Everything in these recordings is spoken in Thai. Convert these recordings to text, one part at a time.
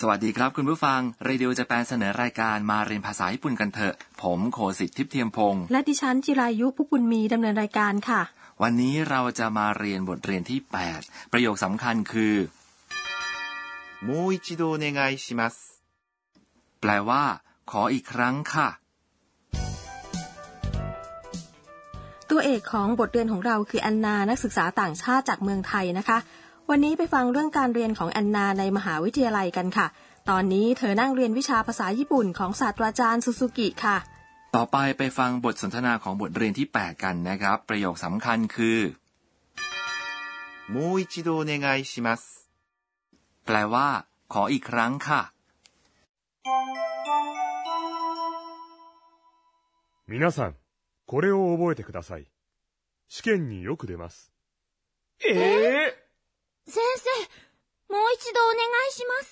สวัสดีครับคุณผู้ฟัง เรดิโอจะแปนเสนอรายการมาเรียนภาษาญี่ปุ่นกันเถอะ ผมโคสิทธิ์ทิพย์เทียมพงศ์ และดิฉันจิรายุพุกบุญมีดำเนินรายการค่ะ วันนี้เราจะมาเรียนบทเรียนที่ 8 ประโยคสำคัญคือ もう一度お願いします。 แปลว่า ขออีกครั้งค่ะ ตัวเอกของบทเรียนของเราคือแอนนา นักศึกษาต่างชาติจากเมืองไทยนะคะ วันนี้ไปฟังเรื่องการเรียนของแอนนาในมหาวิทยาลัยกันค่ะ ตอนนี้เธอนั่งเรียนวิชาภาษาญี่ปุ่นของศาสตราจารย์ซูซูกิค่ะ ต่อไปไปฟังบทสนทนาของบทเรียนที่ 8 กันนะครับ ประโยคสำคัญคือ もう一度お願いします。 แปลว่า ขออีกครั้งค่ะ 皆さん、これを覚えてください。試験によく出ます。先生、もう一度お願いします。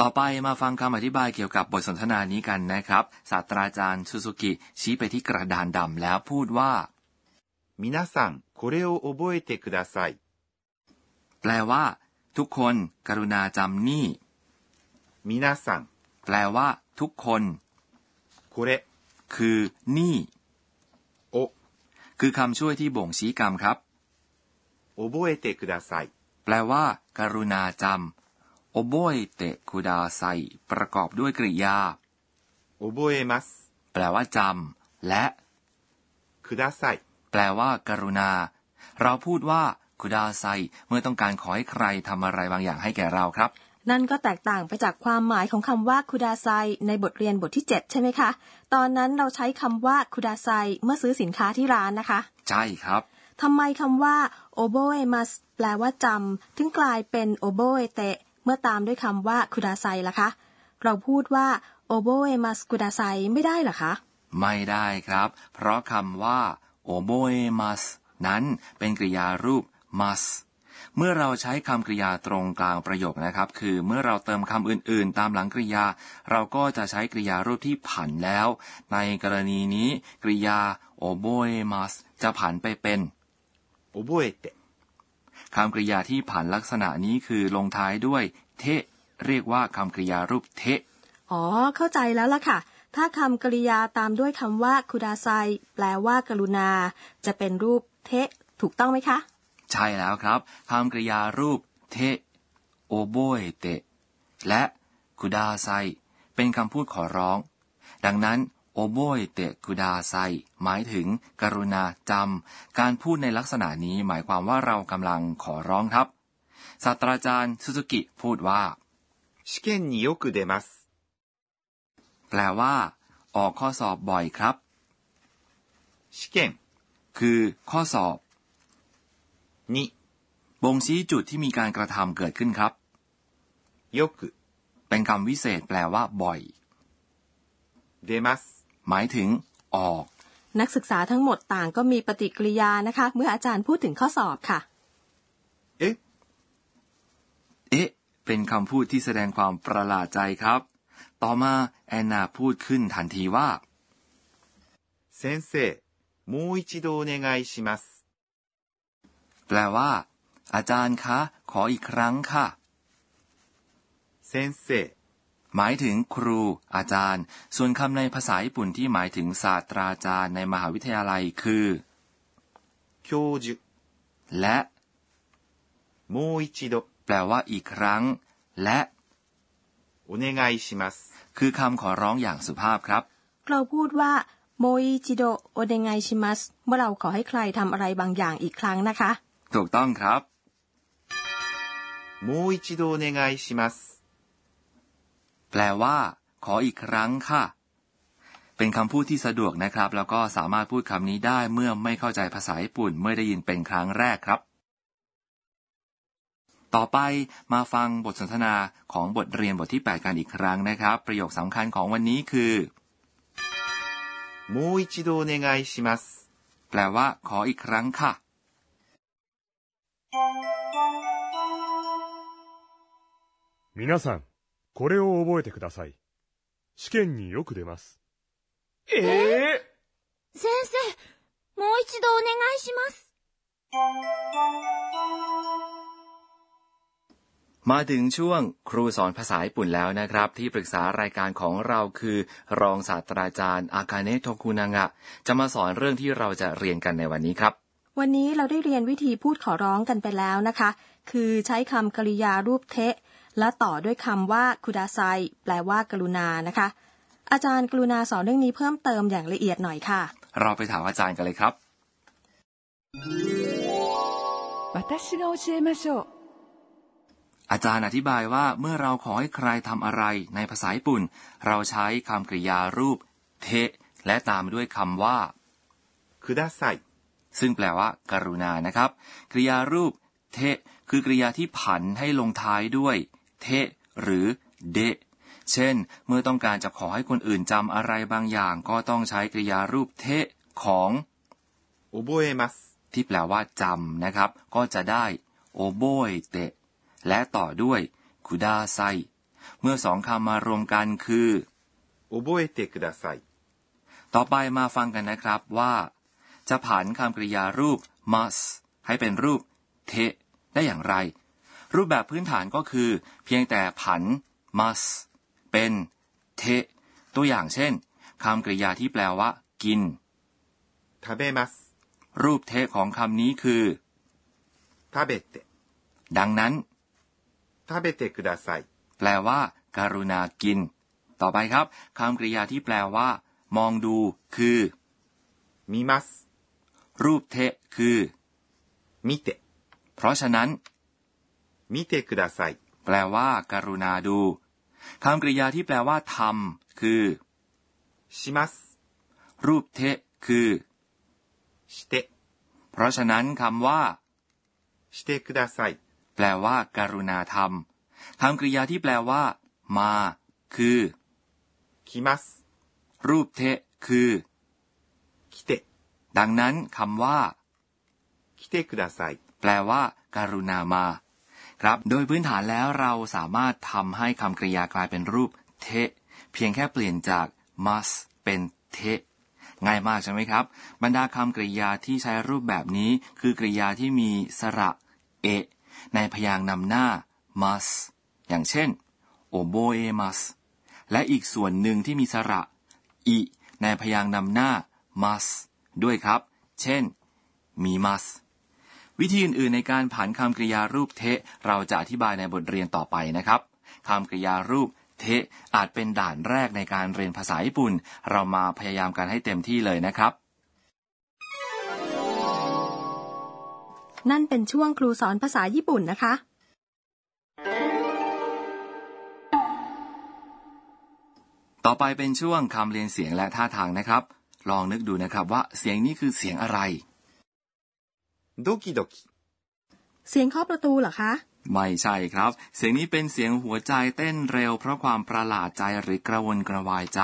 ต่อไปมาฟังคำอธิบายเกี่ยวกับบทสนทนานี้กันนะครับ ศาสตราจารย์ซูซูกิชี้ไปที่กระดานดำแล้วพูดว่า 皆さん、これを覚えてください。 แปลว่า ทุกคน กรุณาจำนี่ 皆さん、 แปลว่า ทุกคน これ คือ นี่ を คือคำช่วยที่บ่งชี้กรรมครับ 覚えてください。 แปลว่า กรุณาจำ โอโบยเตะคุดาไซประกอบด้วยกริยา 覚えます。 แปลว่าจำ และ ください。 แปลว่า กรุณา เราพูดว่าคุดาไซเมื่อต้องการขอให้ใครทำอะไรบางอย่างให้แก่เราครับ นั่นก็แตกต่างไปจากความหมายของคำว่าคุดาไซในบทเรียนบทที่ 7 ใช่ไหมคะ ตอนนั้นเราใช้คำว่าคุดาไซเมื่อซื้อสินค้าที่ร้านนะคะ ใช่ครับ ทำไมคำว่า oboe m u s แปลว่าจำ ถึงกลายเป็น oboe เตะ เมื่อตามด้วยคำว่า kudasai ล่ะคะ เราพูดว่า oboe m u s kudasai ไม่ได้เหรอคะ ไม่ได้ครับ เพราะคำว่าโอโบเอมัสนั้นเป็นกริยารูป must เมื่อเราใช้คำกริยาตรงกลางประโยคนะครับ คือเมื่อเราเติมคำอื่นๆ ตามหลังกริยา เราก็จะใช้กริยารูปที่ผันแล้ว ในกรณีนี้กริยาโอโบเอมัสจะผันไปเป็น 覚えて。 คำกริยาที่ผันลักษณะนี้คือลงท้ายด้วย เทเรียกว่าคำกริยารูปเท อ๋อ เข้าใจแล้วล่ะค่ะ ถ้าคำกริยาตามด้วยคำว่า kudasai แปลว่า กรุณา จะเป็นรูปเทะ ถูกต้องไหมคะ ใช่แล้วครับคำกริยารูปเทโอโบยเตะและคุดาไซเป็นคำพูดขอร้อง ดังนั้นโอโบยเตะคุดาไซหมายถึง กรุณาจำ การพูดในลักษณะนี้หมายความว่าเรากำลังขอร้องครับ ศาสตราจารย์ซูซูกิพูดว่า 試験によく出ます。 แปลว่า ออกข้อสอบบ่อยครับ 試験 คือข้อสอบ に บ่งชี้จุดที่มีการกระทำเกิดขึ้นครับ よく เป็นคำวิเศษแปลว่า บ่อย 出ます。 หมายถึง ออก นักศึกษาทั้งหมดต่างก็มีปฏิกิริยานะคะ เมื่ออาจารย์พูดถึงข้อสอบค่ะ え เอ๊ะ เป็นคำพูดที่แสดงความประหลาดใจครับ ต่อมาแอนนาพูดขึ้นทันทีว่า 先生、もう一度お願いします。 แปลว่า อาจารย์คะ ขออีกครั้งค่ะ 先生、 หมายถึงครู อาจารย์ ส่วนคำในภาษาญี่ปุ่นที่หมายถึงศาสตราจารย์ในมหาวิทยาลัยคือ 教授、 และ もう一度 แปลว่าอีกครั้ง และ お願いします。 คือคำขอร้องอย่างสุภาพครับ เราพูดว่าโมอิจิโดโอเดงไงชิมัสเมื่อเราขอให้ใครทำอะไรบางอย่างอีกครั้งนะคะ ถูกต้องครับ もう一度お願いします。 แปลว่า ขออีกครั้งค่ะ เป็นคำพูดที่สะดวกนะครับ แล้วก็สามารถพูดคำนี้ได้เมื่อไม่เข้าใจภาษาญี่ปุ่น เมื่อได้ยินเป็นครั้งแรกครับ ต่อไปมาฟังบทสนทนาของบทเรียนบทที่ 8 กันอีกครั้งนะครับ ประโยคสำคัญของวันนี้คือ もう一度お願いします。 แปลว่า ขออีกครั้งค่ะ 皆さん、これを覚えてください。試験によく出ます。先生、もう一度お願いします。 มาถึงช่วงครูสอนภาษาญี่ปุ่นแล้วนะครับ ที่ปรึกษารายการของเราคือ รองศาสตราจารย์อากาเนะโทคุนางะ จะมาสอนเรื่องที่เราจะเรียนกันในวันนี้ครับ วันนี้เราได้เรียนวิธีพูดขอร้องกันไปแล้วนะคะ คือใช้คำกริยารูปเทะ และต่อด้วยคำว่าคุดาไซแปลว่ากรุณานะคะ อาจารย์กรุณาสอนเรื่องนี้เพิ่มเติมอย่างละเอียดหน่อยค่ะ เราไปถามอาจารย์กันเลยครับ 私が教えましょう อาจารย์อธิบายว่าเมื่อเราขอให้ใครทำอะไรในภาษาญี่ปุ่น เราใช้คำกริยารูป เทะ และตามด้วยคำว่า ください。 ซึ่งแปลว่า กรุณานะครับ กริยารูป เทะ คือกริยาที่ผันให้ลงท้ายด้วย เทะ หรือ เดะเช่น เมื่อต้องการจะขอให้คนอื่นจำอะไรบางอย่าง ก็ต้องใช้กริยารูปเทะของ 覚えます。 ที่แปลว่าจำนะครับ ก็จะได้โอโบยเตะ และต่อด้วยคุดาไซเมื่อสองคำมารวมกันคือ 覚えてください。 ต่อไปมาฟังกันนะครับว่า จะผันคำกริยารูป must ให้เป็นรูป เทะ ได้อย่างไร รูปแบบพื้นฐานก็คือ เพียงแต่ผัน must เป็นเทะ ตัวอย่างเช่นคำกริยาที่แปลว่า กิน 食べます。 รูปเทะของคำนี้คือ 食べて。 ดังนั้น 食べてください。 แปลว่า การุณากิน ต่อไปครับคำกริยาที่แปลว่า มองดู คือ 見ます。 รูปเทะ คือ 見て。 เพราะฉะนั้น 見てください。 แปลว่า การุณาดูคำกริยาที่แปลว่าทำคือ します。 รูปเทะ คือ して。 เพราะฉะนั้นคำว่า してください。 แปลว่า การุณาทำคำกริยาที่แปลว่า มา คือ 来ます。 รูปเทะ คือ 来て。 ดังนั้นคำว่า 来てください。 แปลว่า การุณามา ครับ โดยพื้นฐานแล้วเราสามารถทำให้คำกริยากลายเป็นรูปเทะ เพียงแค่เปลี่ยนจาก must เป็นเทะ ง่ายมากใช่ไหมครับ บรรดาคำกริยาที่ใช้รูปแบบนี้ คือกริยาที่มีสระเอะในพยางค์นำหน้า must อย่างเช่น oboemas และอีกส่วนหนึ่งที่มีสระอิในพยางค์นำหน้า mas ด้วยครับ เช่น mimas วิธีอื่นๆในการผันคำกริยารูปเทะ เราจะอธิบายในบทเรียนต่อไปนะครับคำกริยารูปเทะอาจเป็นด่านแรกในการเรียนภาษาญี่ปุ่น เรามาพยายามกันให้เต็มที่เลยนะครับ นั่นเป็นช่วงครูสอนภาษาญี่ปุ่นนะคะ ต่อไปเป็นช่วงคำเรียนเสียงและท่าทางนะครับ ลองนึกดูนะครับว่าเสียงนี้คือเสียงอะไร ドキドキ。 เสียงเคาะประตูเหรอคะ ไม่ใช่ครับ เสียงนี้เป็นเสียงหัวใจเต้นเร็ว เพราะความประหลาดใจหรือกระวนกระวายใจ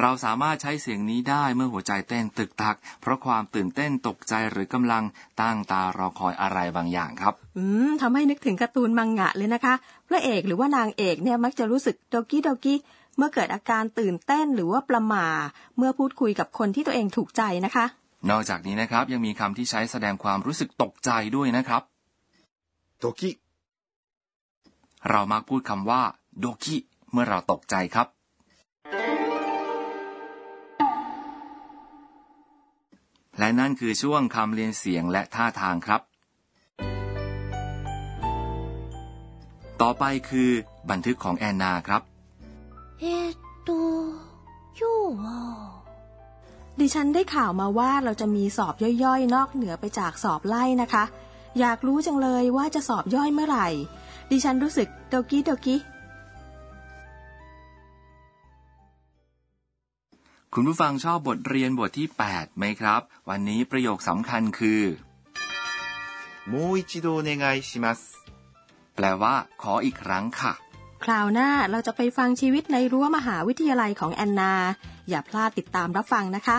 เราสามารถใช้เสียงนี้ได้เมื่อหัวใจเต้นตึกตัก เพราะความตื่นเต้นตกใจหรือกำลังตั้งตารอคอยอะไรบางอย่างครับ อืมทำให้นึกถึงการ์ตูนมังงะเลยนะคะ พระเอกหรือว่านางเอกเนี่ยมักจะรู้สึกโดกิโดกิเมื่อเกิดอาการตื่นเต้นหรือว่าประหม่า เมื่อพูดคุยกับคนที่ตัวเองถูกใจนะคะ นอกจากนี้นะครับยังมีคำที่ใช้แสดงความรู้สึกตกใจด้วยนะครับ ドキ。 เรามักพูดคำว่าโดคิเมื่อเราตกใจครับ และนั่นคือช่วงคำเรียนเสียงและท่าทางครับ ต่อไปคือบันทึกของแอนนาครับ えーっと、今日は、 ดิฉันได้ข่าวมาว่าเราจะมีสอบย่อยๆ นอกเหนือไปจากสอบไล่นะคะ อยากรู้จังเลยว่าจะสอบย่อยเมื่อไหร่ ดิฉันรู้สึกโดกิโดกิ คุณผู้ฟังชอบบทเรียนบทที่ 8 ไหมครับ วันนี้ประโยคสำคัญคือ もう一度お願いします。 แปลว่า ขออีกครั้งค่ะ คราวหน้าเราจะไปฟังชีวิตในรั้วมหาวิทยาลัยของแอนนา อย่าพลาดติดตามรับฟังนะคะ